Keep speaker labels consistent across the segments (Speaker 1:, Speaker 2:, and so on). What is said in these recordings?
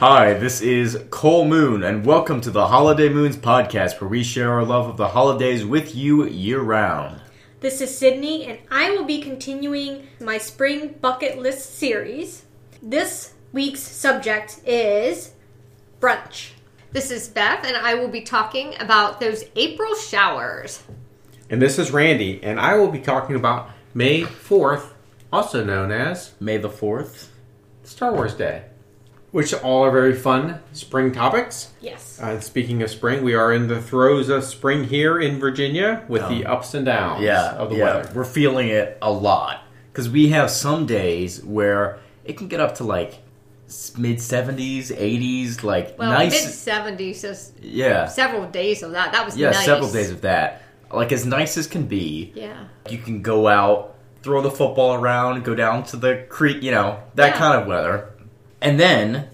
Speaker 1: Hi, this is Cole Moon, and welcome to the Holiday Moons podcast, where we share our love of the holidays with you year round.
Speaker 2: This is Sydney, and I will be continuing my spring bucket list series. This week's subject is brunch.
Speaker 3: This is Beth, and I will be talking about those April showers.
Speaker 4: And this is Randy, and I will be talking about May 4th, also known as
Speaker 1: May the 4th.
Speaker 4: Star Wars Day, which all are very fun spring topics.
Speaker 2: Yes.
Speaker 4: Uh, speaking of spring, we are in the throes of spring here in Virginia with the ups and downs
Speaker 1: Oh. Yeah,
Speaker 4: of the
Speaker 1: yeah,
Speaker 4: weather.
Speaker 1: we're feeling it a lot because we have some days where it can get up to like mid 70s, 80s, like
Speaker 3: Well,
Speaker 1: nice.
Speaker 3: mid seventies, so s-
Speaker 1: yeah,
Speaker 3: several days of that. That was
Speaker 1: yeah,
Speaker 3: nice.
Speaker 1: several days of that. Like as nice as can be.
Speaker 3: Yeah,
Speaker 1: You can go out, throw the football around, go down to the creek, you know, that
Speaker 3: Yeah.
Speaker 1: kind of weather. And then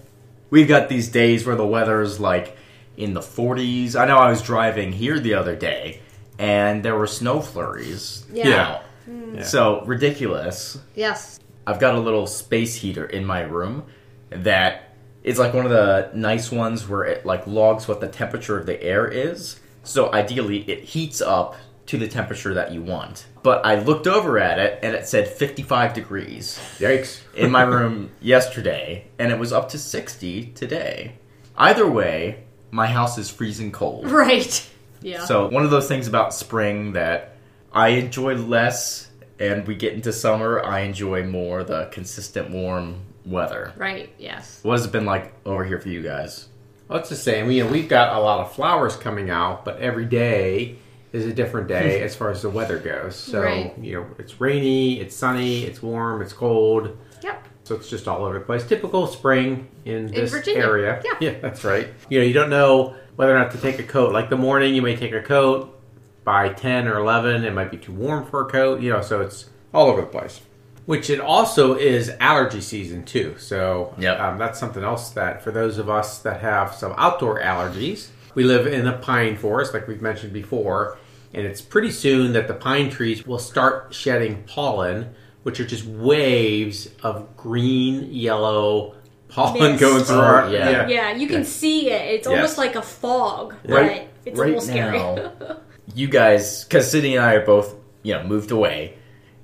Speaker 1: we've got these days where the weather's like in the 40s. I know I was driving here the other day and there were snow flurries.
Speaker 3: Yeah. Hmm.
Speaker 4: Yeah.
Speaker 1: So ridiculous.
Speaker 3: yes,
Speaker 1: I've got a little space heater in my room that it's like one of the nice ones where it like logs what the temperature of the air is. So ideally it heats up to the temperature that you want. But I looked over at it and it said 55 degrees
Speaker 4: Yikes.
Speaker 1: in my room yesterday and it was up to 60 today. Either way, my house is freezing cold.
Speaker 3: right. Yeah,
Speaker 1: So one of those things about spring that I enjoy less, and we get into summer, I enjoy more the consistent warm weather.
Speaker 3: right. Yes,
Speaker 1: What has it been like over here for you guys?
Speaker 4: Well, it's the same. You know, we've got a lot of flowers coming out, but every day is a different day as far as the weather goes. So,
Speaker 3: Right.
Speaker 4: you know, it's rainy, it's sunny, it's warm, it's cold.
Speaker 3: yep.
Speaker 4: So it's just all over the place. Typical spring in this
Speaker 3: Virginia.
Speaker 4: area.
Speaker 3: Yeah.
Speaker 4: that's right. You know, you don't know whether or not to take a coat. Like the morning, you may take a coat. By 10 or 11, it might be too warm for a coat. You know, so it's all over the place. Which it also is allergy season, too. So
Speaker 1: Yep.
Speaker 4: um, that's something else that for those of us that have some outdoor allergies, we live in a pine forest, like we've mentioned before. And it's pretty soon that the pine trees will start shedding pollen, which are just waves of green, yellow pollen
Speaker 2: Mist.
Speaker 4: going through
Speaker 1: Oh,
Speaker 4: our
Speaker 1: yeah.
Speaker 2: Yeah, you can see it. It's almost
Speaker 4: Yes.
Speaker 2: like a fog.
Speaker 1: Right-
Speaker 2: Right. It's
Speaker 1: right
Speaker 2: a little scary.
Speaker 1: now- You guys, because Sydney and I are both, you know, moved away.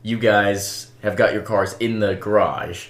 Speaker 1: You guys have got your cars in the garage.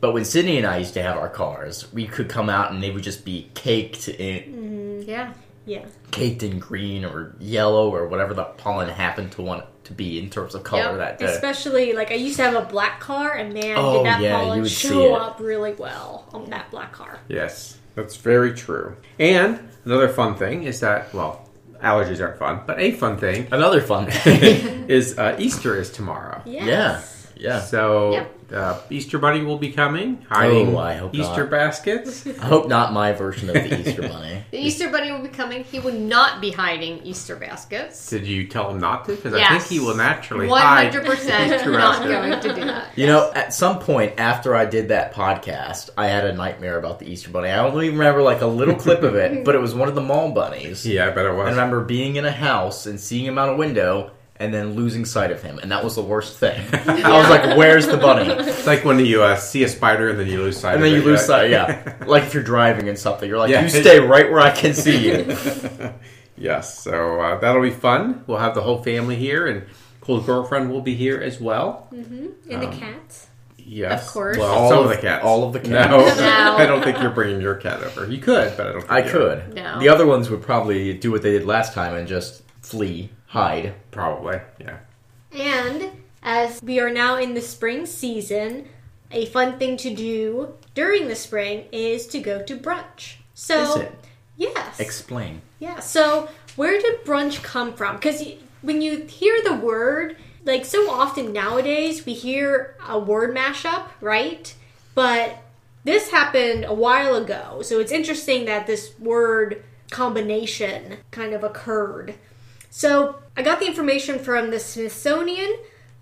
Speaker 1: But when Sydney and I used to have our cars, we could come out and they would just be caked in,
Speaker 3: Yeah,
Speaker 2: yeah.
Speaker 1: caked in green or yellow or whatever the pollen happened to want to be in terms of color
Speaker 3: Yep.
Speaker 1: that day.
Speaker 2: Especially like I used to have a black car, and man,
Speaker 1: Oh,
Speaker 2: did that
Speaker 1: yeah, you
Speaker 2: pollen
Speaker 1: would see
Speaker 2: show
Speaker 1: it.
Speaker 2: up really well on that black car.
Speaker 4: Yes, that's very true. And another fun thing is that, well, allergies aren't fun, but a fun thing
Speaker 1: Another fun thing.
Speaker 4: is uh, Easter is tomorrow.
Speaker 2: Yes.
Speaker 1: Yeah.
Speaker 4: So
Speaker 3: Yep.
Speaker 4: uh, Easter Bunny will be coming, hiding
Speaker 1: Oh, I hope
Speaker 4: Easter
Speaker 1: not.
Speaker 4: baskets.
Speaker 1: I hope not my version of the Easter Bunny.
Speaker 3: the Easter Bunny will be coming. He will not be hiding Easter baskets.
Speaker 4: Did you tell him not to? Because I
Speaker 3: Yes.
Speaker 4: think he will naturally
Speaker 3: One hundred
Speaker 4: hide.
Speaker 3: percent
Speaker 4: Easter
Speaker 3: not
Speaker 4: basket.
Speaker 3: going to do that.
Speaker 1: You know, at some point after I did that podcast, I had a nightmare about the Easter Bunny. I don't even remember like a little clip of it, but it was one of the mall bunnies.
Speaker 4: Yeah, I bet it
Speaker 1: I
Speaker 4: was.
Speaker 1: remember being in a house and seeing him out a window and then losing sight of him, and that was the worst thing. I was like, "Where's the bunny?"
Speaker 4: It's like when you uh, see a spider and then you lose sight.
Speaker 1: And
Speaker 4: of
Speaker 1: then you
Speaker 4: it,
Speaker 1: lose
Speaker 4: right?
Speaker 1: sight. Yeah, like if you're driving and something, you're like,
Speaker 4: Yeah.
Speaker 1: "You stay right where I can see you."
Speaker 4: Yes, so uh, that'll be fun. We'll have the whole family here, and Cole's girlfriend will be here as well.
Speaker 2: And
Speaker 4: Um,
Speaker 2: the cats.
Speaker 4: Yes,
Speaker 3: Of course.
Speaker 4: Well,
Speaker 1: All
Speaker 4: some
Speaker 1: of-
Speaker 4: of the cats.
Speaker 1: all of the cats.
Speaker 4: No,
Speaker 3: No.
Speaker 4: I don't think you're bringing your cat over. You could, but I don't. Think
Speaker 1: I
Speaker 4: you are.
Speaker 1: could.
Speaker 3: No.
Speaker 1: The other ones would probably do what they did last time and just flee, hide.
Speaker 4: probably. Yeah.
Speaker 2: And as we are now in the spring season, a fun thing to do during the spring is to go to brunch. So
Speaker 1: Is it?
Speaker 2: yes,
Speaker 1: Explain.
Speaker 2: yeah. So where did brunch come from? Because when you hear the word, like so often nowadays, we hear a word mashup, right? But this happened a while ago, so it's interesting that this word combination kind of occurred. So I got the information from the Smithsonian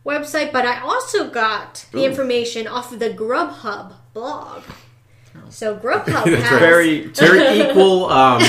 Speaker 2: website, but I also got the
Speaker 1: Ooh.
Speaker 2: information off of the Grubhub blog. So Grubhub
Speaker 4: That's
Speaker 2: has
Speaker 1: Oh. Very,
Speaker 4: Very equal um,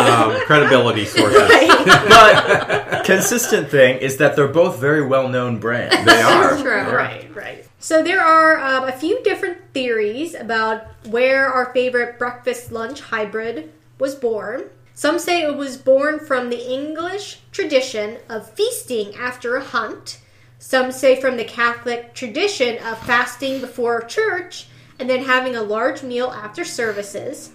Speaker 4: um, credibility sources.
Speaker 1: but consistent thing is that they're both very well known brands.
Speaker 4: They are.
Speaker 3: True.
Speaker 2: Right, right. So there are um, a few different theories about where our favorite breakfast lunch hybrid was born. Some say it was born from the English tradition of feasting after a hunt. Some say from the Catholic tradition of fasting before church and then having a large meal after services.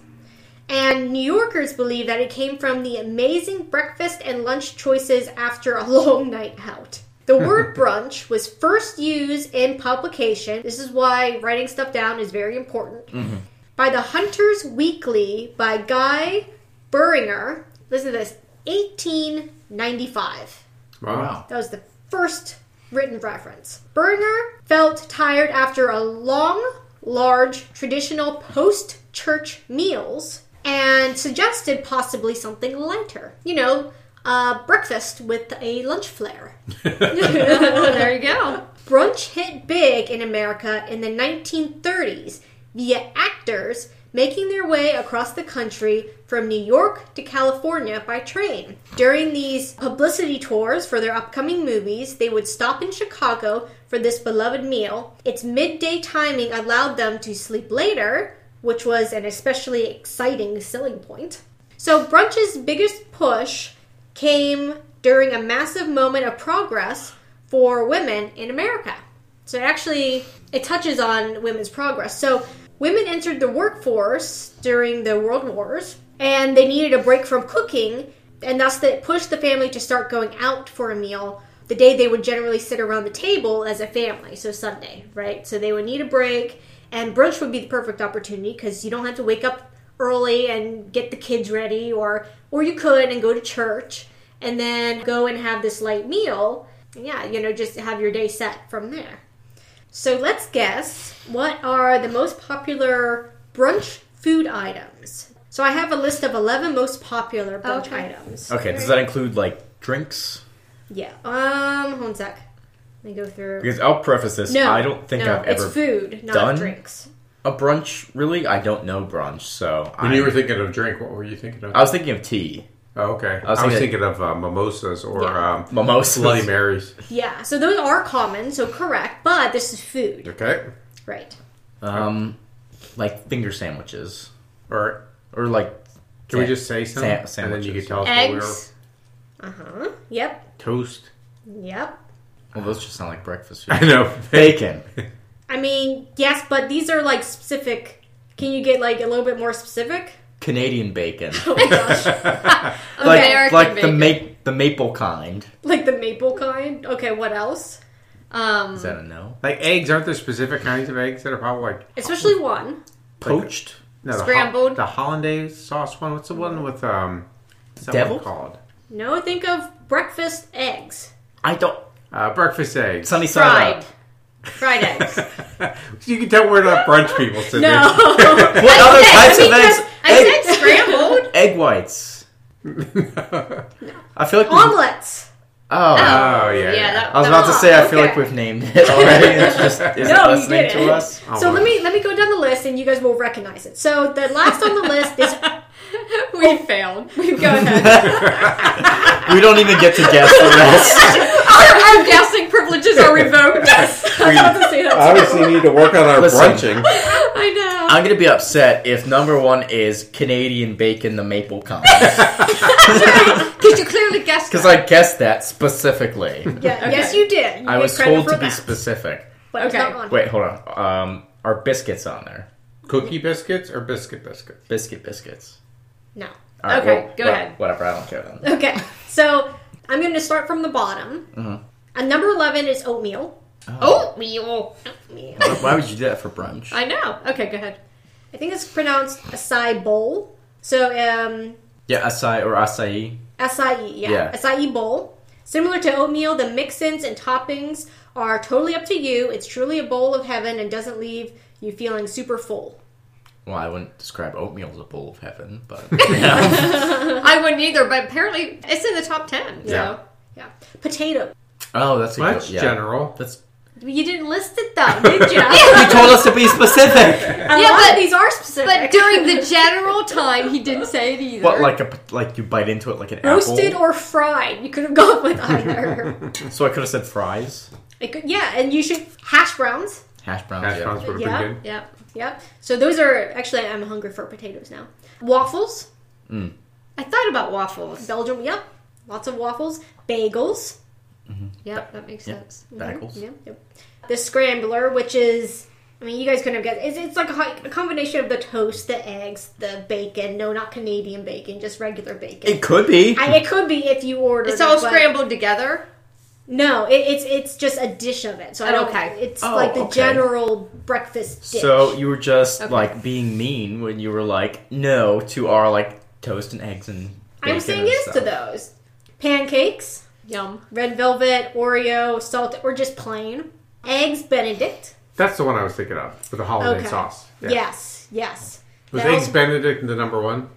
Speaker 2: And New Yorkers believe that it came from the amazing breakfast and lunch choices after a long night out. The word brunch was first used in publication. This is why writing stuff down is very important. By the Hunters Weekly by Guy Beringer. Listen to this 1895.
Speaker 1: Wow.
Speaker 2: That was the first written reference. Berger felt tired after a long, large, traditional post church meals and suggested possibly something lighter. You know, uh, breakfast with a lunch flare.
Speaker 3: Oh, there you go.
Speaker 2: Brunch hit big in America in the 1930s via actors making their way across the country from New York to California by train. During these publicity tours for their upcoming movies, they would stop in Chicago for this beloved meal. Its midday timing allowed them to sleep later, which was an especially exciting selling point. So, brunch's biggest push came during a massive moment of progress for women in America. So it actually it touches on women's progress. So women entered the workforce during the world wars and they needed a break from cooking and thus that pushed the family to start going out for a meal the day they would generally sit around the table as a family so sunday right so they would need a break and brunch would be the perfect opportunity because you don't have to wake up early and get the kids ready or or you could and go to church and then go and have this light meal and yeah you know just have your day set from there so let's guess what are the most popular brunch food items so i have a list of 11 most popular brunch
Speaker 3: Okay.
Speaker 2: items
Speaker 1: Okay, does that include like drinks?
Speaker 2: yeah um hold on a sec let me go through
Speaker 1: Because I'll preface this,
Speaker 2: no
Speaker 1: I don't think
Speaker 2: no,
Speaker 1: I've ever
Speaker 2: it's food not
Speaker 1: done-
Speaker 2: drinks
Speaker 1: a brunch. Really, I don't know brunch, so
Speaker 4: When
Speaker 1: I,
Speaker 4: you were thinking of drink, what were you thinking of?
Speaker 1: I was thinking of tea,
Speaker 4: oh, okay. I
Speaker 1: was
Speaker 4: was,
Speaker 1: thinking-
Speaker 4: thinking, of uh, mimosas or
Speaker 2: Yeah.
Speaker 4: um,
Speaker 1: Mimosas.
Speaker 4: Bloody Marys.
Speaker 2: yeah so those are common so correct but this is food
Speaker 4: Okay.
Speaker 2: right
Speaker 1: um, like finger sandwiches,
Speaker 4: All right.
Speaker 1: or like
Speaker 4: Can we
Speaker 1: Sa-
Speaker 4: just say some?
Speaker 1: sa-
Speaker 4: and then you
Speaker 1: sandwiches.
Speaker 4: could tell us what we were.
Speaker 3: Eggs.
Speaker 2: uh-huh yep
Speaker 4: Toast.
Speaker 2: yep
Speaker 1: well, those just sound like breakfast
Speaker 4: I
Speaker 1: food.
Speaker 4: know.
Speaker 1: Bacon.
Speaker 2: I mean, yes, but these are like specific. Can you get like a little bit more specific?
Speaker 1: Canadian bacon.
Speaker 2: Oh my gosh.
Speaker 1: like
Speaker 3: American
Speaker 1: like
Speaker 3: bacon.
Speaker 1: the ma- the maple kind.
Speaker 2: like the maple kind? Okay, what else?
Speaker 3: Um,
Speaker 1: Is that a no?
Speaker 4: Like eggs, aren't there specific kinds of eggs that are probably like
Speaker 2: Especially one.
Speaker 1: Poached.
Speaker 4: no, the ho-
Speaker 3: Scrambled.
Speaker 4: the hollandaise sauce one. What's the one with um? what's that
Speaker 1: Deviled?
Speaker 4: one called
Speaker 2: No, think of breakfast eggs.
Speaker 1: I don't.
Speaker 4: uh, breakfast eggs.
Speaker 1: Sunny side
Speaker 3: fried.
Speaker 1: up.
Speaker 3: Fried eggs.
Speaker 4: you can tell we're not brunch people. So
Speaker 2: No.
Speaker 1: What other
Speaker 3: I
Speaker 1: types
Speaker 3: mean,
Speaker 1: of
Speaker 3: just-
Speaker 1: eggs?
Speaker 3: I
Speaker 1: Egg,
Speaker 3: said scrambled.
Speaker 1: egg whites. I feel like. we-
Speaker 2: Omelets.
Speaker 1: oh.
Speaker 4: Oh, yeah, yeah.
Speaker 3: yeah that,
Speaker 1: I was
Speaker 3: that
Speaker 1: about to say, I feel
Speaker 2: Ah, okay.
Speaker 1: like we've named it already. It's just isn't
Speaker 2: No, you
Speaker 1: listening
Speaker 2: didn't.
Speaker 1: to us.
Speaker 4: Oh,
Speaker 2: so
Speaker 4: wow.
Speaker 2: let me let me go down the list and you guys will recognize it. So the last on the list is
Speaker 3: we failed.
Speaker 2: go ahead.
Speaker 1: We don't even get to guess the rest.
Speaker 3: our, our guessing privileges are revoked.
Speaker 2: I was about to say
Speaker 1: Uh,
Speaker 2: that.
Speaker 4: obviously need to work on our
Speaker 1: Listen.
Speaker 4: brunching.
Speaker 3: I know.
Speaker 1: I'm gonna be upset if number one is Canadian bacon, the maple kind,
Speaker 3: Because you clearly guessed.
Speaker 1: because I guessed that specifically.
Speaker 2: Yeah, Yes, you did. You
Speaker 1: I
Speaker 2: get
Speaker 1: was
Speaker 2: credit
Speaker 1: told
Speaker 2: for
Speaker 1: to be
Speaker 2: that,
Speaker 1: specific.
Speaker 2: but it's
Speaker 3: Okay.
Speaker 2: not on
Speaker 1: Wait, hold on. Um, are biscuits on there?
Speaker 4: Cookie biscuits or biscuit biscuits?
Speaker 1: Biscuit biscuits.
Speaker 2: No.
Speaker 1: All right,
Speaker 3: Okay, go
Speaker 1: well,
Speaker 3: ahead.
Speaker 1: Whatever, I don't care then.
Speaker 2: Okay, so I'm going to start from the bottom.
Speaker 1: Mhm.
Speaker 2: And number 11 is oatmeal.
Speaker 3: Oatmeal. Oatmeal.
Speaker 1: Why would you do that for brunch?
Speaker 3: Oh, I know. Okay, go ahead.
Speaker 2: I think it's pronounced acai bowl. So, um,
Speaker 1: Yeah, acai or acai.
Speaker 2: acai, yeah.
Speaker 1: Yeah.
Speaker 2: Acai bowl. Similar to oatmeal, the mix ins and toppings are totally up to you. It's truly a bowl of heaven and doesn't leave you feeling super full.
Speaker 1: Well, I wouldn't describe oatmeal as a bowl of heaven, but
Speaker 3: I wouldn't either, but apparently it's in the top ten.
Speaker 4: Yeah.
Speaker 3: So
Speaker 2: Yeah. Potato.
Speaker 1: oh, that's a
Speaker 4: Well,
Speaker 1: good-
Speaker 4: That's
Speaker 1: yeah.
Speaker 4: general.
Speaker 1: That's
Speaker 2: You didn't list it though, did you? yeah,
Speaker 1: you told us to be specific.
Speaker 2: a
Speaker 3: Yeah,
Speaker 2: lot
Speaker 3: but-
Speaker 2: of these are specific.
Speaker 3: But during the general time, he didn't say it either.
Speaker 1: what like a like you bite into it like an
Speaker 2: roasted
Speaker 1: apple?
Speaker 2: or fried, you could have gone with either.
Speaker 1: so I could have said fries.
Speaker 2: It could, yeah, and you should hash browns.
Speaker 1: Hash browns.
Speaker 4: Hash
Speaker 1: yeah.
Speaker 4: browns would have
Speaker 2: Yeah.
Speaker 4: been good.
Speaker 3: Yep.
Speaker 2: Yep. So those are actually I'm hungry for potatoes now. Waffles,
Speaker 3: I thought about waffles.
Speaker 2: Belgium. Yep. Lots of waffles. Bagels.
Speaker 3: Yep, that makes sense. Mm-hmm.
Speaker 1: Bagels.
Speaker 2: Yep. Yep. The scrambler, which is I mean, you guys couldn't have guessed. It's, it's like a, hi- a combination of the toast, the eggs, the bacon. No, not Canadian bacon, just regular bacon.
Speaker 1: It could be.
Speaker 2: I, it could be if you ordered.
Speaker 3: It's all
Speaker 2: it, but-
Speaker 3: scrambled together.
Speaker 2: No, it, it's it's just a dish of it. So I don't.
Speaker 3: Okay.
Speaker 2: It's
Speaker 1: Oh,
Speaker 2: like the
Speaker 1: okay.
Speaker 2: general breakfast dish.
Speaker 1: so you were just
Speaker 3: Okay.
Speaker 1: like being mean when you were like no to our like toast and eggs and.
Speaker 2: I'm
Speaker 1: bacon
Speaker 2: saying
Speaker 1: and
Speaker 2: yes to
Speaker 1: stuff.
Speaker 2: those. Pancakes.
Speaker 3: Yum.
Speaker 2: red velvet, Oreo, salt, or just plain. Eggs Benedict.
Speaker 4: That's the one I was thinking of for the holiday
Speaker 2: Okay.
Speaker 4: Oh, sauce. Yeah.
Speaker 2: Yes, yes.
Speaker 4: Was
Speaker 2: That
Speaker 4: Eggs
Speaker 2: was-
Speaker 4: Benedict the number one?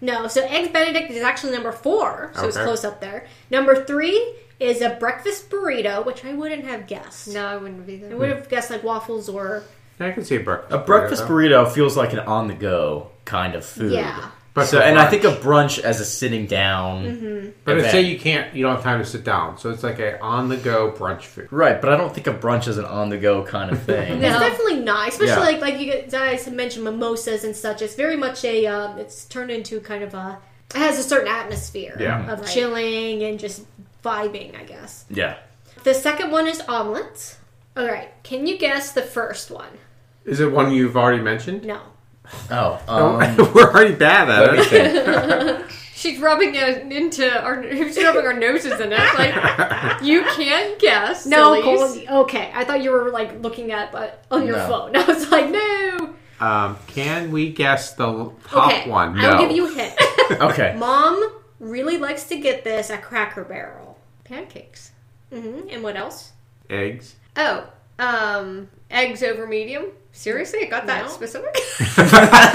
Speaker 2: No, so Eggs Benedict is actually number four, so it's
Speaker 4: Okay.
Speaker 2: close up there. Number three is a breakfast burrito, which I wouldn't have guessed.
Speaker 3: No, I wouldn't be
Speaker 2: I
Speaker 3: there.
Speaker 2: would have guessed like waffles or
Speaker 4: Yeah, I can see a breakfast.
Speaker 1: A breakfast
Speaker 4: burrito.
Speaker 1: burrito feels like an on-the-go kind of food.
Speaker 2: yeah.
Speaker 4: But
Speaker 1: so,
Speaker 4: for
Speaker 1: and I
Speaker 4: brunch.
Speaker 1: think of brunch as a sitting down.
Speaker 2: Mm-hmm.
Speaker 4: But
Speaker 1: event.
Speaker 4: say you can't, you don't have time to sit down, so it's like a on-the-go brunch food.
Speaker 1: Right, but I don't think of brunch as an on-the-go kind of thing.
Speaker 3: No.
Speaker 2: It's definitely not, especially
Speaker 1: Yeah.
Speaker 2: like like you guys have mentioned mimosas and such. It's very much a um, it's turned into kind of a it has a certain atmosphere
Speaker 4: Yeah.
Speaker 2: of
Speaker 3: Right.
Speaker 2: chilling and just vibing, I guess.
Speaker 1: Yeah.
Speaker 2: The second one is omelets. All right, can you guess the first one?
Speaker 4: Is it one you've already mentioned?
Speaker 2: No.
Speaker 1: Oh. Um,
Speaker 4: We're already bad
Speaker 1: let
Speaker 4: at
Speaker 1: me
Speaker 4: it.
Speaker 1: think.
Speaker 3: She's rubbing it into our. She's rubbing our noses in it. Like you can't guess. sillies.
Speaker 2: Cole, Okay, I thought you were like looking at but on your
Speaker 1: No.
Speaker 2: phone. I was like, no.
Speaker 4: Um, can we guess the l- top
Speaker 2: okay,
Speaker 4: one? No.
Speaker 2: I'll give you a hint.
Speaker 1: Okay.
Speaker 2: Mom really likes to get this at Cracker Barrel.
Speaker 3: pancakes.
Speaker 2: hmm And what else?
Speaker 4: Eggs.
Speaker 3: Oh, um, eggs over medium. Seriously, it got that
Speaker 2: No.
Speaker 3: specific.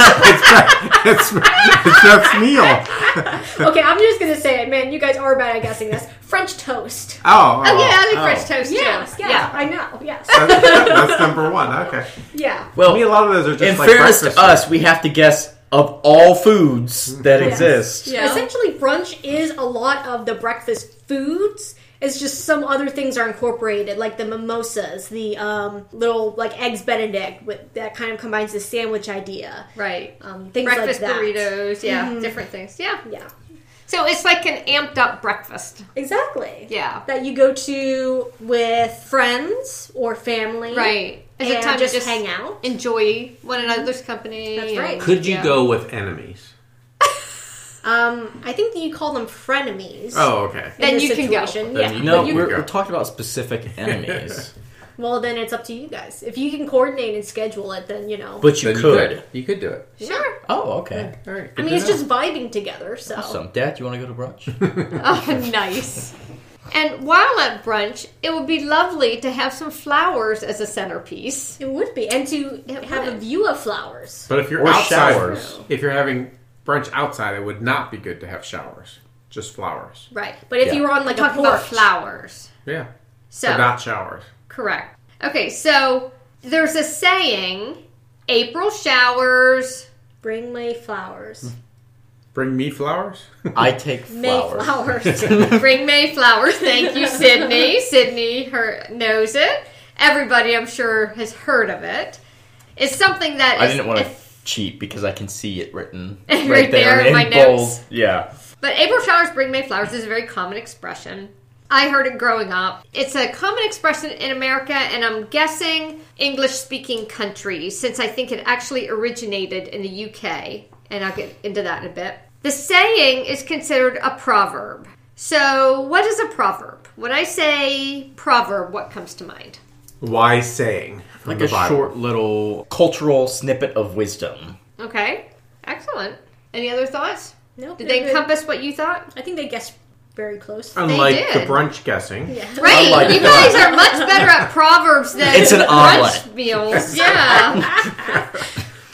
Speaker 4: it's, it's that's meal.
Speaker 2: Okay, I'm just gonna say it, man. You guys are bad at guessing this. French toast.
Speaker 4: Oh,
Speaker 3: Oh yeah, I
Speaker 1: Oh.
Speaker 3: like French toast
Speaker 2: Yes,
Speaker 3: too.
Speaker 2: yeah, I know. Yes,
Speaker 4: That's, that's number one. Okay.
Speaker 2: yeah.
Speaker 4: To me,
Speaker 1: Well,
Speaker 4: a lot of those are just
Speaker 1: in
Speaker 4: like
Speaker 1: fairness to
Speaker 4: breakfast
Speaker 1: us, we have to guess of all foods that
Speaker 2: Yes.
Speaker 1: exist.
Speaker 3: Yeah.
Speaker 2: Essentially, brunch is a lot of the breakfast foods. It's just some other things are incorporated, like the mimosas, the um, little like eggs Benedict with, that kind of combines the sandwich idea,
Speaker 3: Right.
Speaker 2: um, things
Speaker 3: breakfast
Speaker 2: like that.
Speaker 3: burritos. Yeah, different things. Yeah.
Speaker 2: Yeah,
Speaker 3: Mm-hmm. So it's like an amped up breakfast.
Speaker 2: exactly.
Speaker 3: Yeah.
Speaker 2: That you go to with friends or family,
Speaker 3: Right.
Speaker 2: And
Speaker 3: It's a time
Speaker 2: just,
Speaker 3: to just
Speaker 2: hang out.
Speaker 3: enjoy one another's company.
Speaker 2: That's
Speaker 3: and-
Speaker 2: right.
Speaker 4: food. Could you
Speaker 3: yeah.
Speaker 4: go with enemies?
Speaker 2: Um, I think that you call them frenemies.
Speaker 4: Oh, okay.
Speaker 2: in
Speaker 3: Then
Speaker 2: this
Speaker 3: you can go.
Speaker 2: situation.
Speaker 4: Then
Speaker 2: Yeah.
Speaker 4: you-
Speaker 1: No,
Speaker 4: There
Speaker 1: we're,
Speaker 4: go.
Speaker 1: we're talking about specific enemies.
Speaker 2: Well, then it's up to you guys. If you can coordinate and schedule it, then you know.
Speaker 1: but you,
Speaker 4: Then
Speaker 1: could.
Speaker 4: You could do it.
Speaker 2: sure.
Speaker 1: Oh, okay.
Speaker 4: All right.
Speaker 2: I
Speaker 4: good
Speaker 2: mean,
Speaker 4: to
Speaker 2: it's
Speaker 4: know.
Speaker 2: just vibing together, so.
Speaker 1: Awesome. Dad, you want to go to brunch?
Speaker 3: Oh, nice. And while at brunch, it would be lovely to have some flowers as a centerpiece.
Speaker 2: It would be, and to
Speaker 3: It
Speaker 2: have a
Speaker 3: would.
Speaker 2: view of flowers.
Speaker 4: But if you're
Speaker 1: Or
Speaker 4: outside,
Speaker 1: showers.
Speaker 4: if you're having brunch outside, it would not be good to have showers. Just flowers.
Speaker 3: Right.
Speaker 2: But if
Speaker 1: Yeah.
Speaker 2: you were on like a
Speaker 3: Talking
Speaker 2: porch,
Speaker 3: about flowers.
Speaker 4: Yeah.
Speaker 3: So
Speaker 4: But not showers.
Speaker 3: Correct. Okay, so there's a saying April showers.
Speaker 2: bring May flowers,
Speaker 4: Bring me flowers.
Speaker 1: I take
Speaker 2: May
Speaker 1: flowers.
Speaker 2: flowers.
Speaker 3: Bring May flowers. Thank you, Sydney. Sydney her, knows it. Everybody, I'm sure, has heard of it. It's something that
Speaker 1: I
Speaker 3: is-
Speaker 1: didn't want to
Speaker 3: if-
Speaker 1: cheat because I can see it written
Speaker 3: Right
Speaker 1: right,
Speaker 3: there
Speaker 1: there,
Speaker 3: in
Speaker 1: in
Speaker 3: my
Speaker 1: bold.
Speaker 3: notes.
Speaker 1: Yeah.
Speaker 3: But April showers bring May flowers is a very common expression. I heard it growing up. It's a common expression in America, and I'm guessing English speaking countries, since I think it actually originated in the UK, and I'll get into that in a bit. The saying is considered a proverb. So, what is a proverb? When I say proverb, what comes to mind?
Speaker 4: Wise saying. from
Speaker 1: Like
Speaker 4: the
Speaker 1: a
Speaker 4: Bible.
Speaker 1: short little cultural snippet of wisdom.
Speaker 3: Okay, excellent. Any other thoughts?
Speaker 2: Nope,
Speaker 3: Did
Speaker 2: they're
Speaker 3: they Uh,
Speaker 2: good.
Speaker 3: encompass what you thought?
Speaker 2: I think they guessed very close.
Speaker 4: Unlike the
Speaker 3: did.
Speaker 4: brunch guessing.
Speaker 2: Yeah.
Speaker 3: Right,
Speaker 1: like
Speaker 3: you
Speaker 1: that.
Speaker 3: guys are much better at proverbs than
Speaker 1: It's an
Speaker 3: brunch
Speaker 1: omelet.
Speaker 3: meals. Yeah.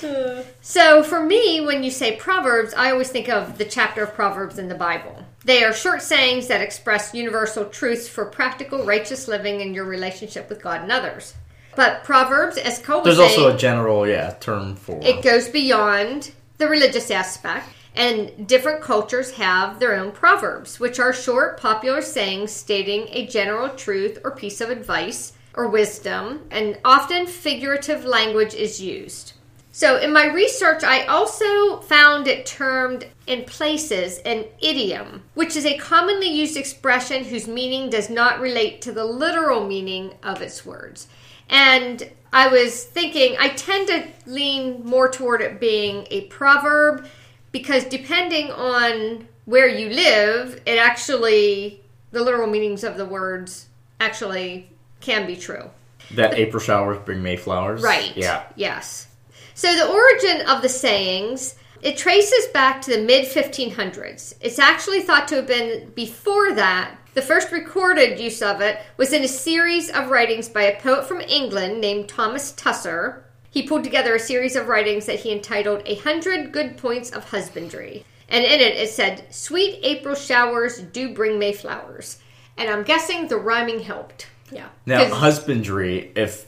Speaker 2: Uh,
Speaker 3: so for me, when you say proverbs, I always think of the chapter of proverbs in the Bible. They are short sayings that express universal truths for practical righteous living in your relationship with God and others. But proverbs, as Cole was
Speaker 1: There's
Speaker 3: saying,
Speaker 1: also a general, yeah, term for
Speaker 3: it goes beyond the religious aspect and different cultures have their own proverbs which are short popular sayings stating a general truth or piece of advice or wisdom, and often figurative language is used. So, in my research, I also found it termed in places an idiom, which is a commonly used expression whose meaning does not relate to the literal meaning of its words. And I was thinking, I tend to lean more toward it being a proverb because depending on where you live, it actually, the literal meanings of the words actually can be true.
Speaker 1: That April showers bring Mayflowers.
Speaker 3: Right.
Speaker 1: Yeah.
Speaker 3: Yes. So the origin of the sayings it traces back to the mid 1500s. It's actually thought to have been before that. The first recorded use of it was in a series of writings by a poet from England named Thomas Tusser. He pulled together a series of writings that he entitled A Hundred Good Points of Husbandry. And in it, it said, Sweet April showers do bring May flowers. And I'm guessing the rhyming helped.
Speaker 2: Yeah.
Speaker 1: Now,
Speaker 3: 'Cause-
Speaker 1: husbandry, if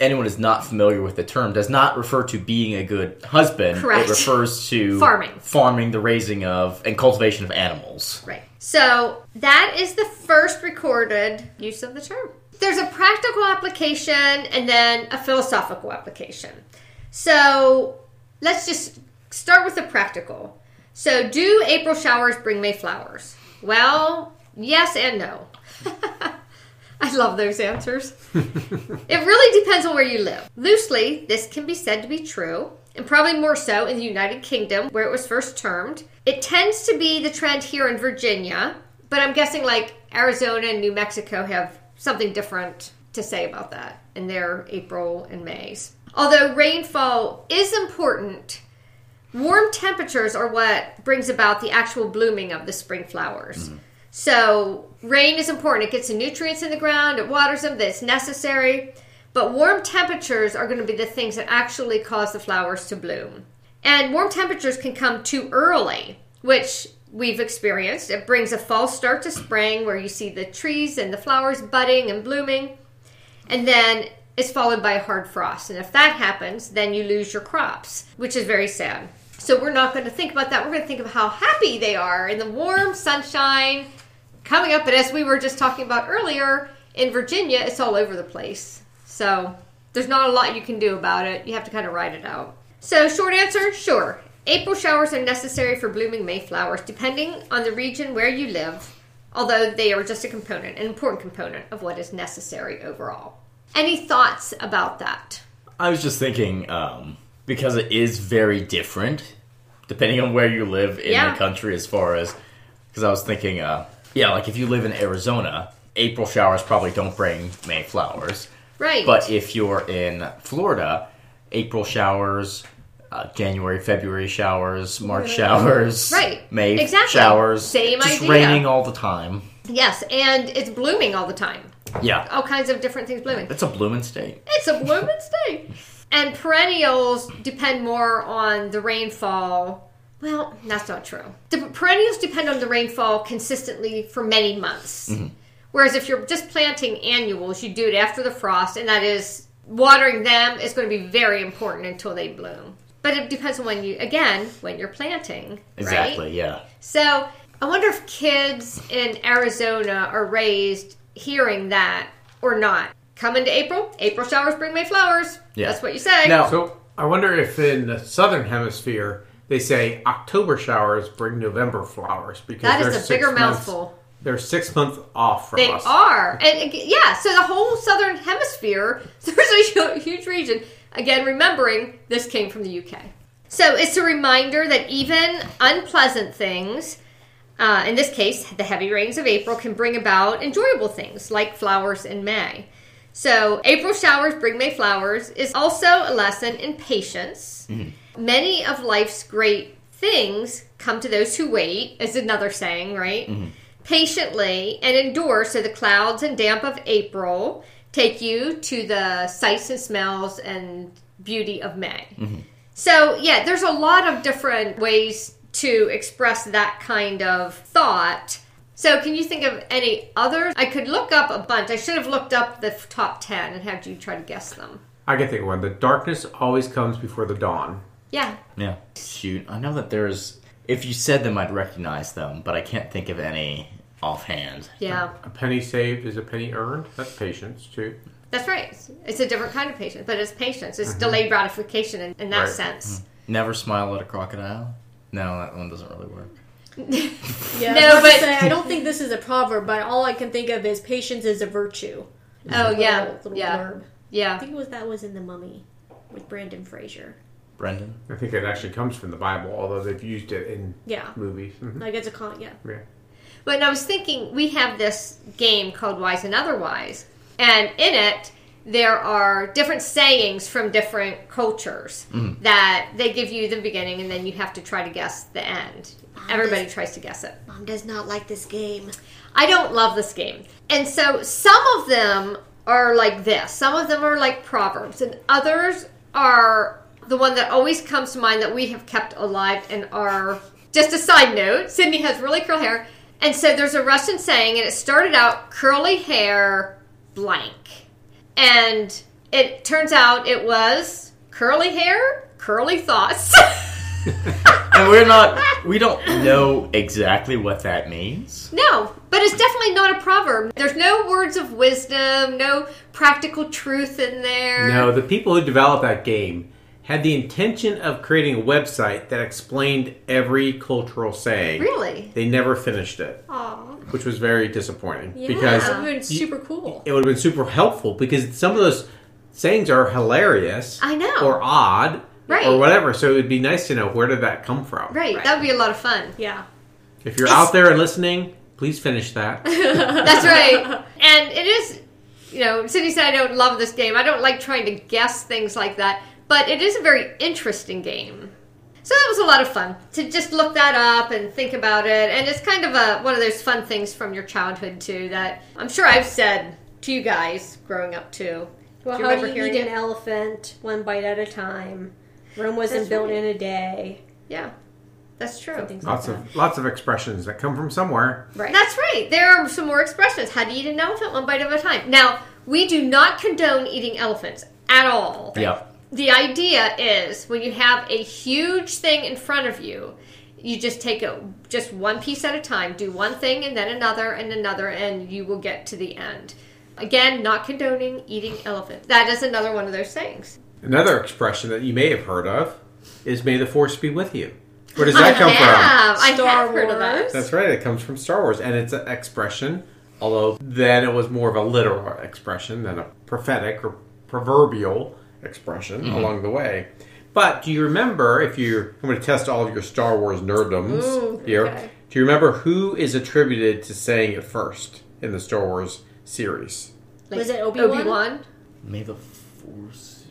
Speaker 1: anyone is not familiar with the term, does not refer to being a good husband.
Speaker 3: Correct.
Speaker 1: It refers to
Speaker 3: Farming.
Speaker 1: farming, the raising of, and cultivation of animals.
Speaker 3: Right. So that is the first recorded use of the term. There's a practical application and then a philosophical application. So let's just start with the practical. So, do April showers bring May flowers? Well, yes and no. I love those answers. It really depends on where you live. Loosely, this can be said to be true, and probably more so in the United Kingdom, where it was first termed. It tends to be the trend here in Virginia, but I'm guessing like Arizona and New Mexico have something different to say about that in their April and May's. Although rainfall is important, warm temperatures are what brings about the actual blooming of the spring flowers. So rain is important. It gets the nutrients in the ground, it waters them, that's necessary. But warm temperatures are going to be the things that actually cause the flowers to bloom. And warm temperatures can come too early, which we've experienced. It brings a false start to spring where you see the trees and the flowers budding and blooming and then it's followed by a hard frost. And if that happens, then you lose your crops, which is very sad. So we're not going to think about that. We're going to think of how happy they are in the warm sunshine coming up. But as we were just talking about earlier, in Virginia, it's all over the place. So there's not a lot you can do about it. You have to kind of ride it out. So, short answer sure. April showers are necessary for blooming Mayflowers, depending on the region where you live although they are just a component, an important component of what is necessary overall. Any thoughts about that?
Speaker 1: I was just thinking, um, because it is very different depending on where you live in
Speaker 3: Yeah.
Speaker 1: the country, as far as. Because I was thinking, uh, yeah, like if you live in Arizona, April showers probably don't bring May flowers.
Speaker 3: Right.
Speaker 1: But if you're in Florida, April showers, uh, January, February showers, March showers,
Speaker 3: Right.
Speaker 1: May
Speaker 3: Exactly.
Speaker 1: showers,
Speaker 3: Same
Speaker 1: just
Speaker 3: idea.
Speaker 1: raining all the time.
Speaker 3: yes, and it's blooming all the time.
Speaker 1: Yeah,
Speaker 3: All kinds of different things blooming.
Speaker 1: it's a blooming state.
Speaker 3: It's a blooming state. And perennials depend more on the rainfall. Well, that's not true. The perennials depend on the rainfall consistently for many months. Whereas if you're just planting annuals, you do it after the frost, and that is watering them is going to be very important until they bloom. But it depends on when you, again, when you're planting.
Speaker 1: Exactly.
Speaker 3: Right?
Speaker 1: Yeah.
Speaker 3: So I wonder if kids in Arizona are raised hearing that or not. Come into April, April showers bring May flowers.
Speaker 1: Yeah.
Speaker 3: That's what you say.
Speaker 1: Now-
Speaker 4: So I wonder if in the southern hemisphere they say October showers bring November flowers because
Speaker 3: That is
Speaker 4: they're
Speaker 3: a
Speaker 4: six
Speaker 3: bigger
Speaker 4: months-
Speaker 3: mouthful.
Speaker 4: They're six months off from
Speaker 3: they
Speaker 4: us.
Speaker 3: are. And ag- yeah, so the whole southern hemisphere, there's a hu- huge region. Again, remembering this came from the UK. So it's a reminder that even unpleasant things, uh, in this case, the heavy rains of April, can bring about enjoyable things like flowers in May. So, April showers bring May flowers is also a lesson in patience. Many of life's great things come to those who wait, is another saying, right? Patiently and endure, so the clouds and damp of April take you to the sights and smells and beauty of May. So, yeah, there's a lot of different ways to express that kind of thought. So, can you think of any others? I could look up a bunch. I should have looked up the f- top 10 and had you try to guess them.
Speaker 4: I can think of one. The darkness always comes before the dawn.
Speaker 3: Yeah.
Speaker 1: Yeah. Shoot, I know that there's. If you said them, I'd recognize them, but I can't think of any offhand.
Speaker 3: Yeah.
Speaker 4: A penny saved is a penny earned. That's patience too.
Speaker 3: That's right. It's- It's a different kind of patience, but it's patience. It's delayed gratification in, in that
Speaker 4: Right.
Speaker 3: sense.
Speaker 1: Never smile at a crocodile. No, that one doesn't really work.
Speaker 2: Yeah,
Speaker 3: No,
Speaker 2: I was about to
Speaker 3: but-
Speaker 2: say, I don't think this is a proverb, but all I can think of is patience is a virtue.
Speaker 3: Oh, yeah.
Speaker 2: Little- little
Speaker 3: Yeah.
Speaker 2: blurb. I
Speaker 3: Yeah.
Speaker 2: think it was that was in the Mummy with Brandon Fraser.
Speaker 1: Brendan?
Speaker 4: I think it actually comes from the Bible, although they've used it in
Speaker 2: Yeah,
Speaker 4: movies. Mhm.
Speaker 2: like it's a con. Yeah,
Speaker 4: Yeah.
Speaker 3: But I was thinking, we have this game called Wise and Otherwise, and in it, there are different sayings from different cultures that they give you the beginning, and then you have to try to guess the end.
Speaker 2: Ah,
Speaker 3: Everybody tries to guess it.
Speaker 2: mom does not like this game.
Speaker 3: I don't love this game. And so some of them are like this. Some of them are like proverbs and others are the one that always comes to mind that we have kept alive and are just a side note, Sydney has really curly hair. And so there's a Russian saying and it started out curly hair blank. And it turns out it was curly hair, curly thoughts.
Speaker 1: And we're not, we don't know exactly what that means.
Speaker 3: No, but it's definitely not a proverb. There's no words of wisdom, no practical truth in there.
Speaker 4: No, the people who developed that game had the intention of creating a website that explained every cultural saying.
Speaker 3: Really?
Speaker 4: They never finished it,
Speaker 2: Aw,
Speaker 4: which was very disappointing
Speaker 2: yeah,
Speaker 4: because
Speaker 2: that would've been
Speaker 4: you-
Speaker 2: super cool.
Speaker 4: it would have been super helpful because some of those sayings are hilarious.
Speaker 3: I know.
Speaker 4: Or odd.
Speaker 3: Right.
Speaker 4: Or whatever. So it would be nice to know where did that come from.
Speaker 3: Right, that would be a lot of fun.
Speaker 2: Yeah,
Speaker 4: If you're out there and listening, please finish that.
Speaker 3: That's right. And it is, you know, Sydney said I don't love this game. I don't like trying to guess things like that, but it is a very interesting game. So that was a lot of fun to just look that up and think about it. And it's kind of a one of those fun things from your childhood too that I'm sure I've said to you guys growing up too.
Speaker 2: Well,
Speaker 3: Do you
Speaker 2: how
Speaker 3: remember
Speaker 2: do you
Speaker 3: hearing
Speaker 2: eat an
Speaker 3: it?
Speaker 2: elephant one bite at a time? Rome wasn't
Speaker 3: That's
Speaker 2: built
Speaker 3: right.
Speaker 2: in a day.
Speaker 3: Yeah, that's true.
Speaker 2: Things like
Speaker 4: lots
Speaker 2: that.
Speaker 4: of lots of expressions that come from somewhere.
Speaker 2: right.
Speaker 3: That's right. There are some more expressions. How to eat an elephant one bite at a time. Now, we do not condone eating elephants at all.
Speaker 1: Yep.
Speaker 3: The idea is when you have a huge thing in front of you, you just take it just one piece at a time, do one thing and then another and another, and you will get to the end. Again, not condoning eating elephants. That is another one of those things.
Speaker 4: Another expression that you may have heard of is "May the Force be with you." Where
Speaker 3: Oh,
Speaker 4: does that come from?
Speaker 3: have, I
Speaker 2: Star
Speaker 3: have heard of that.
Speaker 2: Wars.
Speaker 4: That's right. It comes from Star Wars, and it's an expression. Although then it was more of a literal expression than a prophetic or proverbial expression
Speaker 2: Mm-hmm.
Speaker 4: along the way. But do you remember? If you, I'm going to test all of your Star Wars nerddoms
Speaker 2: Ooh,
Speaker 4: here.
Speaker 2: okay.
Speaker 4: Do you remember who is attributed to saying it first in the Star Wars series?
Speaker 2: Was it Obi-Wan?
Speaker 3: Obi-Wan?
Speaker 1: May the force.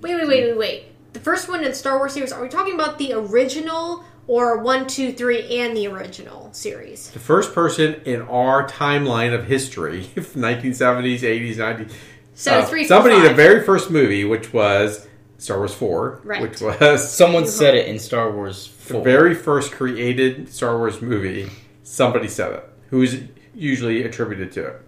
Speaker 2: Wait, wait, wait, wait, wait. The first one in Star Wars series. Are we talking about the original or one, two, three, and the original series?
Speaker 4: The first person in our timeline of history, 1970s, 80s, 90s.
Speaker 3: So three, four,
Speaker 4: Uh, Somebody in the
Speaker 3: five.
Speaker 4: very first movie, which was Star Wars 4,
Speaker 3: Right.
Speaker 4: which was
Speaker 1: Someone said it in Star Wars 4.
Speaker 4: the very first created Star Wars movie. Somebody said it. Who's usually attributed to it.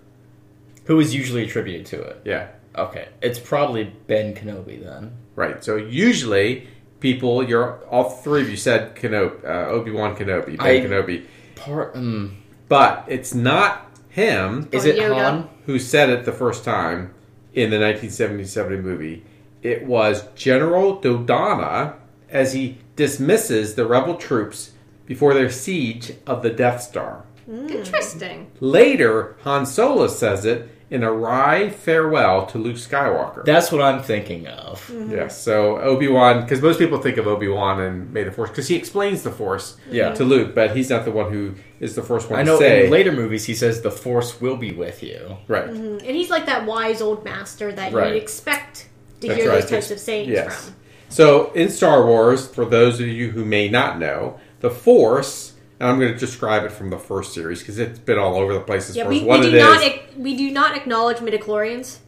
Speaker 1: Who is usually attributed to it?
Speaker 4: Yeah.
Speaker 1: Okay. It's probably Ben Kenobi then.
Speaker 4: Right. So usually people, you're all three of you said Kenobi, uh, Obi-Wan Kenobi, Ben
Speaker 1: I-
Speaker 4: Kenobi.
Speaker 1: Part. Um,
Speaker 4: But it's not him.
Speaker 1: is
Speaker 3: Or
Speaker 1: it
Speaker 3: Yoda.
Speaker 1: Han?
Speaker 4: who said it the first time in the 1977 movie. It was General Dodonna as he dismisses the rebel troops before their siege of the Death Star.
Speaker 3: Interesting.
Speaker 4: Later, Han Solo says it in a wry farewell to Luke Skywalker.
Speaker 1: That's what I'm thinking of.
Speaker 4: yes, so Obi Wan, because most people think of Obi Wan and May the Force, because he explains the Force
Speaker 1: Yeah.
Speaker 4: to Luke, but he's not the one who is the first one
Speaker 1: I know
Speaker 4: to say.
Speaker 1: in later movies he says the force will be with you.
Speaker 4: right.
Speaker 2: And he's like that wise old master that
Speaker 1: Right.
Speaker 2: you'd expect to
Speaker 4: That's
Speaker 2: hear
Speaker 4: right.
Speaker 2: these types of sayings from.
Speaker 4: So in Star Wars, for those of you who may not know, the Force, and I'm going to describe it from the first series because it's been all over the place as
Speaker 2: Yeah,
Speaker 4: far
Speaker 2: we,
Speaker 4: as
Speaker 2: we
Speaker 4: what it
Speaker 2: do
Speaker 4: is.
Speaker 2: not ac- we do not acknowledge midichlorians.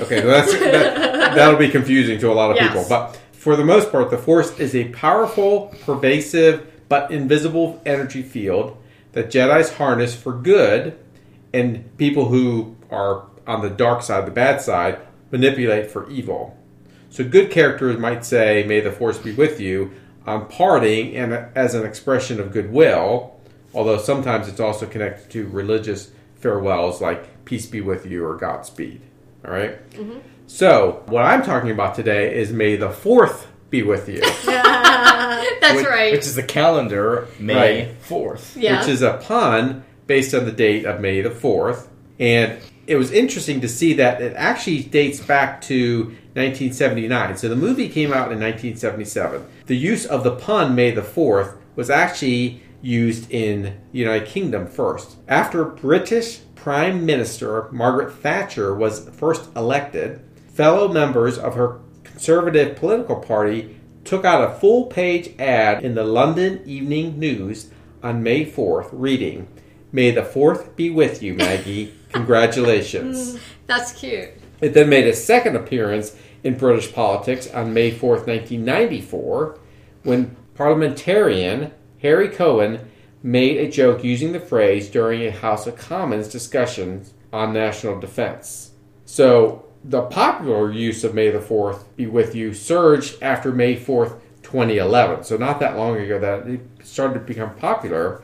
Speaker 4: Okay, so that's that, that'll be confusing to a lot of
Speaker 2: Yes.
Speaker 4: people. But for the most part, the Force is a powerful, pervasive, but invisible energy field that Jedi's harness for good, and people who are on the dark side, the bad side, manipulate for evil. So good characters might say, "May the Force be with you." On parting and as an expression of goodwill, although sometimes it's also connected to religious farewells like peace be with you or Godspeed. All right? So, what I'm talking about today is May the 4th be with you,
Speaker 3: That's
Speaker 1: Which-
Speaker 3: right.
Speaker 1: Which is the calendar May
Speaker 4: Right.
Speaker 1: fourth.
Speaker 3: yeah.
Speaker 4: which is a pun based on the date of May the 4th. And it was interesting to see that it actually dates back to 1979. So, the movie came out in 1977. The use of the pun May the 4th was actually used in the United Kingdom first. After British Prime Minister Margaret Thatcher was first elected, fellow members of her conservative political party took out a full page ad in the London Evening News on May 4th, reading, May the 4th be with you, Maggie. Congratulations.
Speaker 3: That's cute.
Speaker 4: It then made a second appearance in British politics on May 4th, 1994, when parliamentarian Harry Cohen made a joke using the phrase during a House of Commons discussion on national defense. So, the popular use of May the 4th be with you surged after May 4th, 2011. So, not that long ago that it started to become popular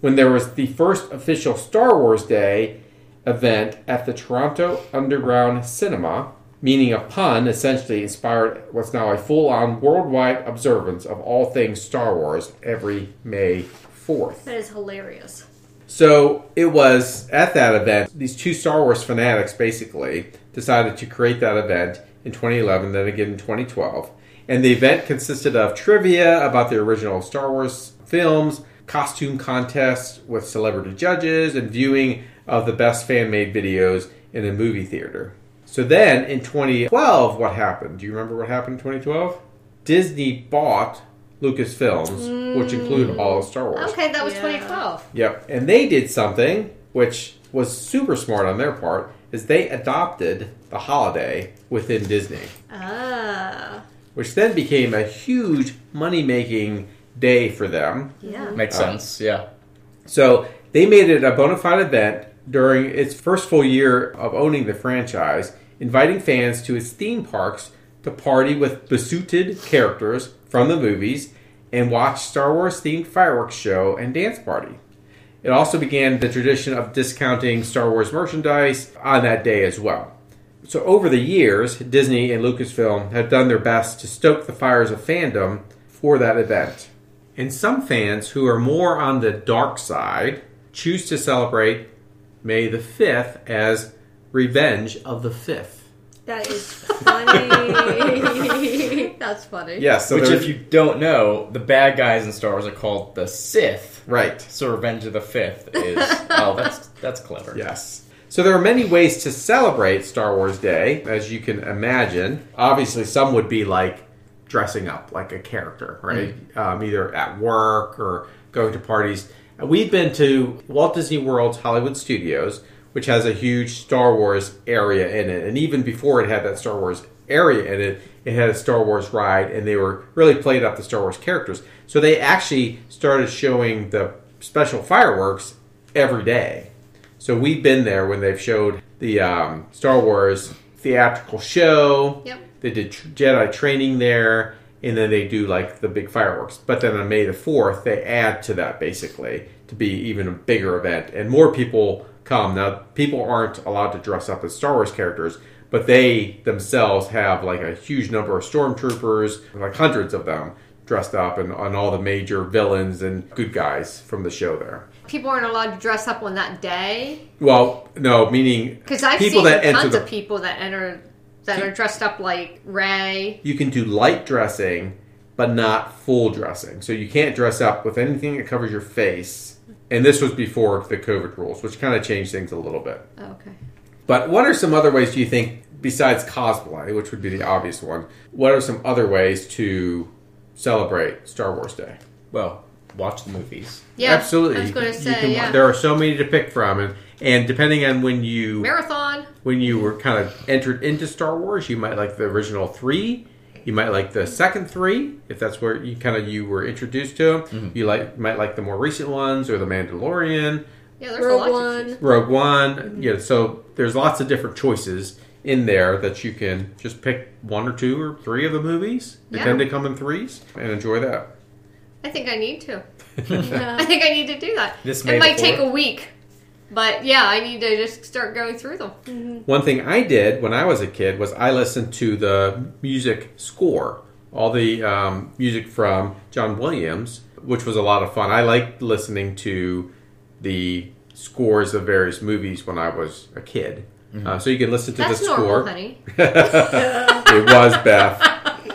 Speaker 4: when there was the first official Star Wars Day event at the Toronto Underground Cinema, meaning a pun essentially inspired what's now a full on worldwide observance of all things Star Wars every May 4th.
Speaker 3: That is hilarious.
Speaker 4: So it was at that event, these two Star Wars fanatics basically decided to create that event in 2011, then again in 2012. And the event consisted of trivia about the original Star Wars films, costume contests with celebrity judges, and viewing of the best fan made videos in a movie theater. So then in 2012, what happened? Do you remember what happened in 2012? Disney bought Lucasfilms, which included all of Star Wars.
Speaker 3: Okay, that was
Speaker 2: Yeah.
Speaker 3: 2012.
Speaker 4: Yep. And they did something which was super smart on their part is they adopted the holiday within Disney,
Speaker 3: Ah,
Speaker 4: which then became a huge money-making day for them.
Speaker 3: yeah.
Speaker 1: Makes
Speaker 4: Uh,
Speaker 1: sense. Yeah.
Speaker 4: So they made it a bona fide event during its first full year of owning the franchise, inviting fans to its theme parks to party with besuited characters from the movies and watch Star Wars themed fireworks show and dance party. It also began the tradition of discounting Star Wars merchandise on that day as well. So, over the years, Disney and Lucasfilm have done their best to stoke the fires of fandom for that event. And some fans who are more on the dark side choose to celebrate May the 5th as Revenge of the 5th.
Speaker 2: That is funny.
Speaker 3: That's funny.
Speaker 4: Yes, so
Speaker 1: Which,
Speaker 4: there's-
Speaker 1: if you don't know, the bad guys in Star Wars are called the Sith.
Speaker 4: Right.
Speaker 1: So Revenge of the Fifth is oh, that's that's clever.
Speaker 4: Yes. So there are many ways to celebrate Star Wars Day, as you can imagine. Obviously, some would be like dressing up like a character, right? Um, either at work or going to parties. We've been to Walt Disney World's Hollywood Studios, which has a huge Star Wars area in it. And even before it had that Star Wars area in it, it had a Star Wars ride, and they were really played up the Star Wars characters. So they actually started showing the special fireworks every day. So we've been there when they've showed the um, Star Wars theatrical show.
Speaker 3: Yep.
Speaker 4: They did tr- Jedi training there, and then they do like the big fireworks. But then on May the fourth, they add to that basically to be even a bigger event, and more people come. Now people aren't allowed to dress up as Star Wars characters, but they themselves have like a huge number of stormtroopers, like hundreds of them. Dressed up and on all the major villains and good guys from the show there.
Speaker 3: People aren't allowed to dress up on that day
Speaker 4: Well, no, meaning
Speaker 3: because I've
Speaker 4: People
Speaker 3: seen
Speaker 4: that enter
Speaker 3: tons
Speaker 4: the-
Speaker 3: of people that enter that are dressed up like Ray.
Speaker 4: you can do light dressing, but not full dressing. So you can't dress up with anything that covers your face. And this was before the COVID rules, which kind of changed things a little bit.
Speaker 3: Oh, Okay.
Speaker 4: But what are some other ways do you think, besides cosplay, which would be the obvious one, what are some other ways to celebrate Star Wars Day?
Speaker 1: Well, watch the movies.
Speaker 3: Yeah,
Speaker 4: Absolutely.
Speaker 3: I was going
Speaker 4: You
Speaker 3: to say
Speaker 4: can-
Speaker 3: yeah.
Speaker 4: There are so many to pick from, and, and depending on when you
Speaker 3: Marathon.
Speaker 4: when you were kind of entered into Star Wars, you might like the original three. You might like the second three, if that's where you kind of you were introduced to them. You like might like the more recent ones or the Mandalorian,
Speaker 3: Yeah, there's a
Speaker 2: Rogue
Speaker 3: lot. To choose.
Speaker 2: One.
Speaker 4: Rogue One. Yeah, so there's lots of different choices in there that you can just pick one or two or three of the movies. They
Speaker 3: Yeah.
Speaker 4: tend to come in threes and enjoy that.
Speaker 3: I think I need to. I think I need to do that.
Speaker 1: This
Speaker 3: it
Speaker 1: May
Speaker 3: might
Speaker 1: before?
Speaker 3: take a week, but yeah, I need to just start going through them.
Speaker 4: One thing I did when I was a kid was I listened to the music score, all the um, music from John Williams, which was a lot of fun. I liked listening to the scores of various movies when I was a kid.
Speaker 1: Mm-hmm.
Speaker 4: Uh, so you can listen to
Speaker 3: That's
Speaker 4: the
Speaker 3: normal,
Speaker 4: score.
Speaker 3: honey.
Speaker 4: It was Beth.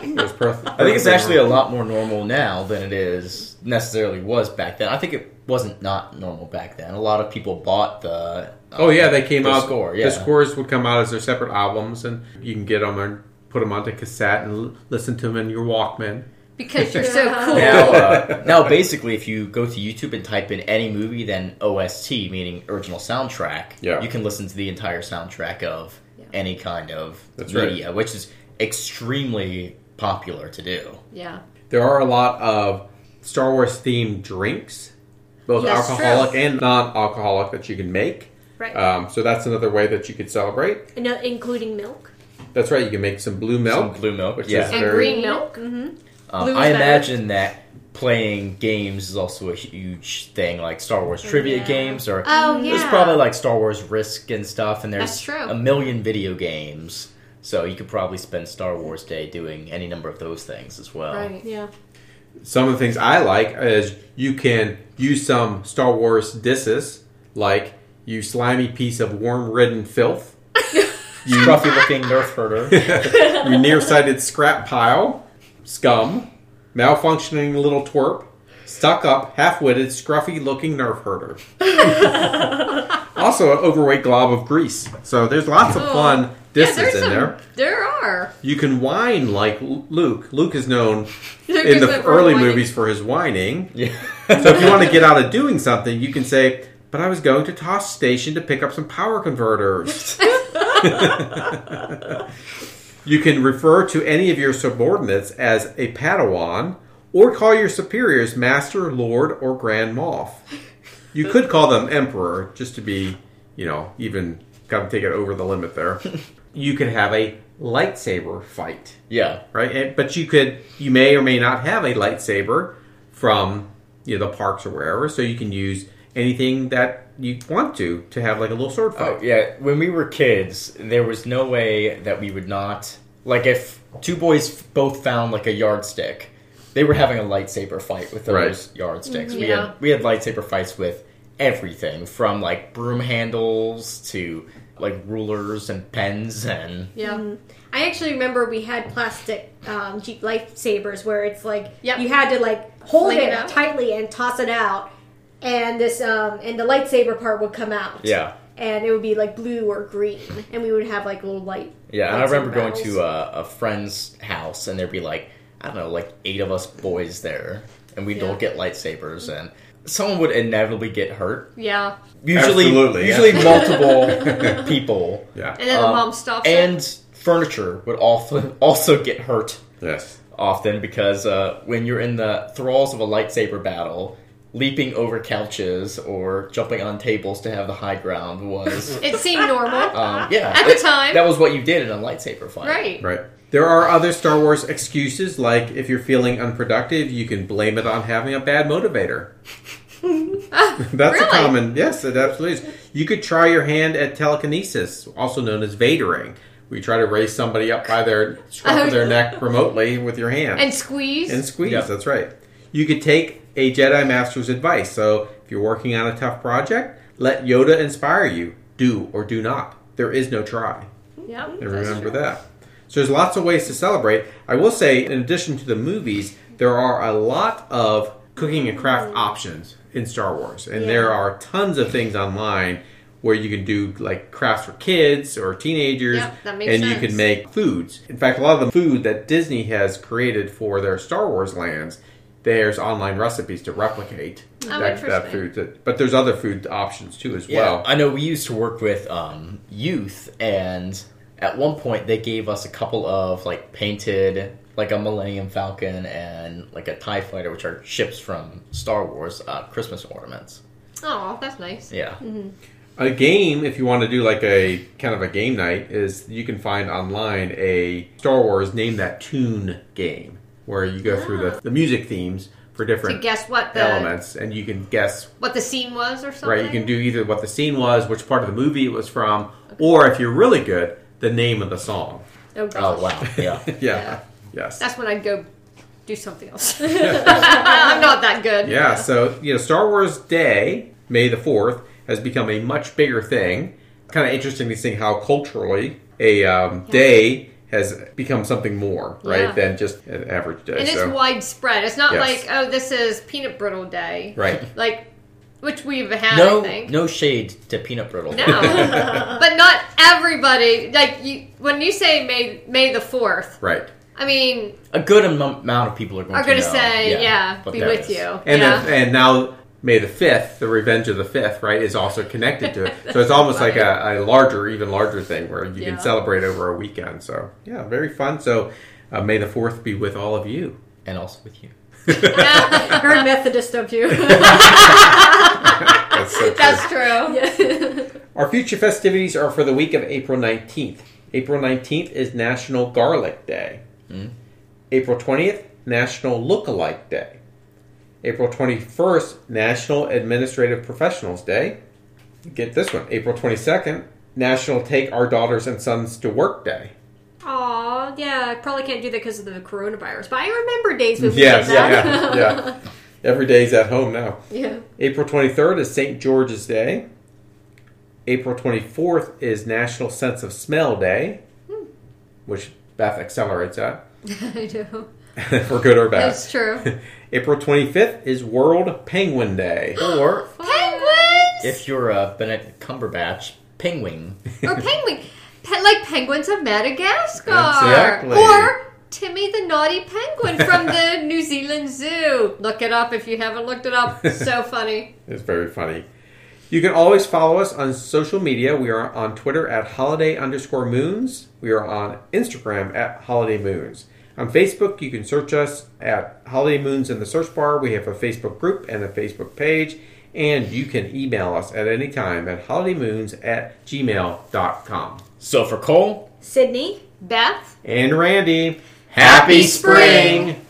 Speaker 4: It was perfect.
Speaker 1: I think it's actually a lot more normal now than it is necessarily was back then. I think it wasn't not normal back then. A lot of people bought the. uh,
Speaker 4: Oh yeah, they came
Speaker 1: the
Speaker 4: out.
Speaker 1: Score,
Speaker 4: The
Speaker 1: yeah.
Speaker 4: scores would come out as their separate albums, and you can get them and put them onto cassette and l- listen to them in your Walkman.
Speaker 3: Because you're so
Speaker 2: Yeah.
Speaker 3: cool.
Speaker 1: Now, uh, now, basically, if you go to YouTube and type in any movie, then OST, meaning original soundtrack,
Speaker 4: Yeah.
Speaker 1: you can listen to the entire soundtrack of
Speaker 3: Yeah.
Speaker 1: any kind of
Speaker 4: That's right.
Speaker 1: media, which is extremely popular to do.
Speaker 3: Yeah.
Speaker 4: There are a lot of Star Wars themed drinks, both
Speaker 3: That's
Speaker 4: alcoholic
Speaker 3: true.
Speaker 4: and non-alcoholic, that you can make.
Speaker 3: Right.
Speaker 4: Um, so that's another way that you could celebrate.
Speaker 2: And, uh, including milk.
Speaker 4: That's right. You can make some blue milk.
Speaker 1: Some blue milk,
Speaker 4: which
Speaker 1: yeah.
Speaker 4: is
Speaker 3: and
Speaker 4: very-
Speaker 3: green milk.
Speaker 2: Mm-hmm.
Speaker 1: Um,
Speaker 3: Blue
Speaker 1: I
Speaker 3: is better.
Speaker 1: imagine that playing games is also a huge thing, like Star Wars trivia
Speaker 2: Yeah.
Speaker 1: games, or
Speaker 3: Oh yeah.
Speaker 1: there's probably like Star Wars Risk and stuff, and
Speaker 3: That's
Speaker 1: there's
Speaker 3: true.
Speaker 1: a million video games. So you could probably spend Star Wars Day doing any number of those things as well.
Speaker 3: right.
Speaker 2: Yeah.
Speaker 4: Some of the things I like is you can use some Star Wars disses, like you slimy piece of worm-ridden filth. you
Speaker 1: Scruffy looking Nerf herder.
Speaker 4: your nearsighted scrap pile, scum, malfunctioning little twerp, stuck up, half witted, scruffy looking nerf herder. also, an overweight glob of grease. So, there's lots of
Speaker 3: Oh.
Speaker 4: fun
Speaker 3: Yeah,
Speaker 4: disses
Speaker 3: there's
Speaker 4: in
Speaker 3: some.
Speaker 4: there.
Speaker 3: There are.
Speaker 4: You can whine like L- Luke. Luke is known in
Speaker 3: There's
Speaker 4: the
Speaker 3: some
Speaker 4: early
Speaker 3: whining.
Speaker 4: movies for his whining.
Speaker 1: yeah.
Speaker 4: So, if you want to get out of doing something, you can say, But I was going to Toss Station to pick up some power converters. You can refer to any of your subordinates as a Padawan, or call your superiors Master, Lord, or Grand Moff. You could call them Emperor, just to be, you know, even kind of take it over the limit there. You could have a lightsaber fight,
Speaker 1: yeah.
Speaker 4: right? And, but you could, you may or may not have a lightsaber from, you know, the parks or wherever, so you can use anything that you want to to have like a little sword fight.
Speaker 1: Oh yeah, when we were kids, there was no way that we would not like if two boys f- both found like a yardstick, they were having a lightsaber fight with those yardsticks. We
Speaker 3: Yeah.
Speaker 1: had we had lightsaber fights with everything from like broom handles to like rulers and pens and
Speaker 3: Yeah.
Speaker 2: I actually remember we had plastic um, Jeep lightsabers where it's like
Speaker 3: Yep.
Speaker 2: you had to like hold
Speaker 3: Fling
Speaker 2: it,
Speaker 3: it out.
Speaker 2: tightly and toss it out, and this um, and the lightsaber part would come out.
Speaker 1: yeah.
Speaker 2: and it would be like blue or green, and we would have like little light.
Speaker 1: Yeah, and I
Speaker 2: lightsaber
Speaker 1: remember going
Speaker 2: battles.
Speaker 1: to uh, a, a friend's house, and there'd be like I don't know, like eight of us boys there, and we'd
Speaker 3: Yeah.
Speaker 1: all get lightsabers, and someone would inevitably get hurt.
Speaker 3: Yeah.
Speaker 1: Usually,
Speaker 4: Absolutely,
Speaker 1: usually
Speaker 4: yeah.
Speaker 1: multiple people,
Speaker 4: Yeah.
Speaker 3: And then the
Speaker 1: Um,
Speaker 3: mom stops it.
Speaker 1: and furniture would also also get hurt
Speaker 4: Yes.
Speaker 1: often because uh, when you're in the thralls of a lightsaber battle, leaping over couches or jumping on tables to have the high ground was.
Speaker 3: It seemed normal.
Speaker 1: Um, yeah,
Speaker 3: At the
Speaker 1: it-
Speaker 3: time.
Speaker 1: that was what you did in a lightsaber fight.
Speaker 3: right.
Speaker 4: Right. There are other Star Wars excuses, like if you're feeling unproductive, you can blame it on having a bad motivator. That's a
Speaker 3: Really?
Speaker 4: common. Yes, it absolutely is. You could try your hand at telekinesis, also known as vadering. We try to raise somebody up by their scruff of their neck remotely with your hand
Speaker 3: And squeeze.
Speaker 4: and squeeze.
Speaker 1: Yeah.
Speaker 4: That's right. You could take a Jedi Master's advice. So if you're working on a tough project, let Yoda inspire you. Do or do not. There is no try.
Speaker 3: yeah.
Speaker 4: And remember that. So there's lots of ways to celebrate. I will say, in addition to the movies, there are a lot of cooking and craft
Speaker 3: Mm-hmm.
Speaker 4: options in Star Wars, and there are tons of things online where you can do like crafts for kids or teenagers,
Speaker 3: Yeah, that makes
Speaker 4: and you
Speaker 3: sense.
Speaker 4: can make foods. In fact, a lot of the food that Disney has created for their Star Wars lands, there's online recipes to replicate
Speaker 3: Oh,
Speaker 4: that, that
Speaker 3: interesting.
Speaker 4: food. that- but there's other food options too as well.
Speaker 1: I know we used to work with um, youth, and at one point they gave us a couple of like painted, like a Millennium Falcon and like a Tie Fighter, which are ships from Star Wars uh, Christmas ornaments.
Speaker 3: Oh, that's nice.
Speaker 1: Yeah,
Speaker 4: A game, if you want to do like a kind of a game night, is you can find online a Star Wars Name That Tune game where you go through the, the music themes for
Speaker 3: Ah. to
Speaker 4: different
Speaker 3: guess what the
Speaker 4: elements, and you can guess
Speaker 3: what the scene was or something.
Speaker 4: right. You can do either what the scene was, which part of the movie it was from, or if you're really good, the name of the song.
Speaker 3: Oh, gosh.
Speaker 1: Oh wow, yeah.
Speaker 4: yeah.
Speaker 3: Yeah.
Speaker 4: Yes.
Speaker 3: That's when I'd go do something else. I'm not that good.
Speaker 4: Yeah, so you know, Star Wars Day, May the Fourth, has become a much bigger thing. Kind of interesting to see how culturally a um, day has become something more, right,
Speaker 3: Yeah.
Speaker 4: than just an average day.
Speaker 3: And it's
Speaker 4: so,
Speaker 3: widespread. It's not
Speaker 4: Yes.
Speaker 3: like, oh, this is peanut brittle day.
Speaker 4: right,
Speaker 3: Like, which we've had, I
Speaker 1: No,
Speaker 3: think.
Speaker 1: no shade to peanut brittle.
Speaker 3: No. but not everybody. Like, you, when you say May, May the 4th,
Speaker 4: right.
Speaker 3: I mean,
Speaker 1: A good am- amount of people are going
Speaker 3: are
Speaker 1: to
Speaker 3: going to
Speaker 1: know,
Speaker 3: say, yeah,
Speaker 1: what
Speaker 3: be
Speaker 1: that
Speaker 3: with
Speaker 1: is.
Speaker 3: you.
Speaker 4: And
Speaker 3: yeah.
Speaker 4: then, and now May the Fifth, the Revenge of the Fifth, right, is also connected to it. so it's almost like a, a larger, even larger thing where you
Speaker 3: Yeah.
Speaker 4: can celebrate over a weekend. So yeah, very fun. So uh, May the Fourth be with all of you.
Speaker 1: and also with you.
Speaker 2: Very Methodist of you.
Speaker 4: That's so true.
Speaker 3: That's true.
Speaker 4: Our future festivities are for the week of April 19th. April 19th is National Garlic Day. April 20th, National Lookalike Day. April 21st, National Administrative Professionals Day. Get this one. April 22nd, National Take Our Daughters and Sons to Work Day.
Speaker 2: Aw, yeah, I probably can't do that because of the coronavirus. But I remember days when we
Speaker 4: Yes,
Speaker 2: did that.
Speaker 4: yeah, yeah. Every day's at home now.
Speaker 2: yeah.
Speaker 4: April 23rd is St. George's Day. April 24th is National Sense of Smell Day,
Speaker 3: Hmm.
Speaker 4: which Beth accelerates at,
Speaker 3: I do.
Speaker 4: for good or bad.
Speaker 3: That's true.
Speaker 4: April 25th is World Penguin Day.
Speaker 1: Or
Speaker 3: Penguins!
Speaker 1: if you're a Benedict Cumberbatch penguin,
Speaker 3: or penguin, Pe- like penguins of Madagascar,
Speaker 4: Exactly.
Speaker 3: or Timmy the naughty penguin from the New Zealand Zoo. Look it up if you haven't looked it up. So funny.
Speaker 4: It's very funny. You can always follow us on social media. We are on Twitter at holiday underscore moons. We are on Instagram at holiday moons. On Facebook, you can search us at holiday moons in the search bar. We have a Facebook group and a Facebook page. And you can email us at any time at holidaymoons at gmail.com.
Speaker 1: so for Cole,
Speaker 2: Sydney?
Speaker 3: Beth.
Speaker 4: And Randy,
Speaker 1: Happy spring!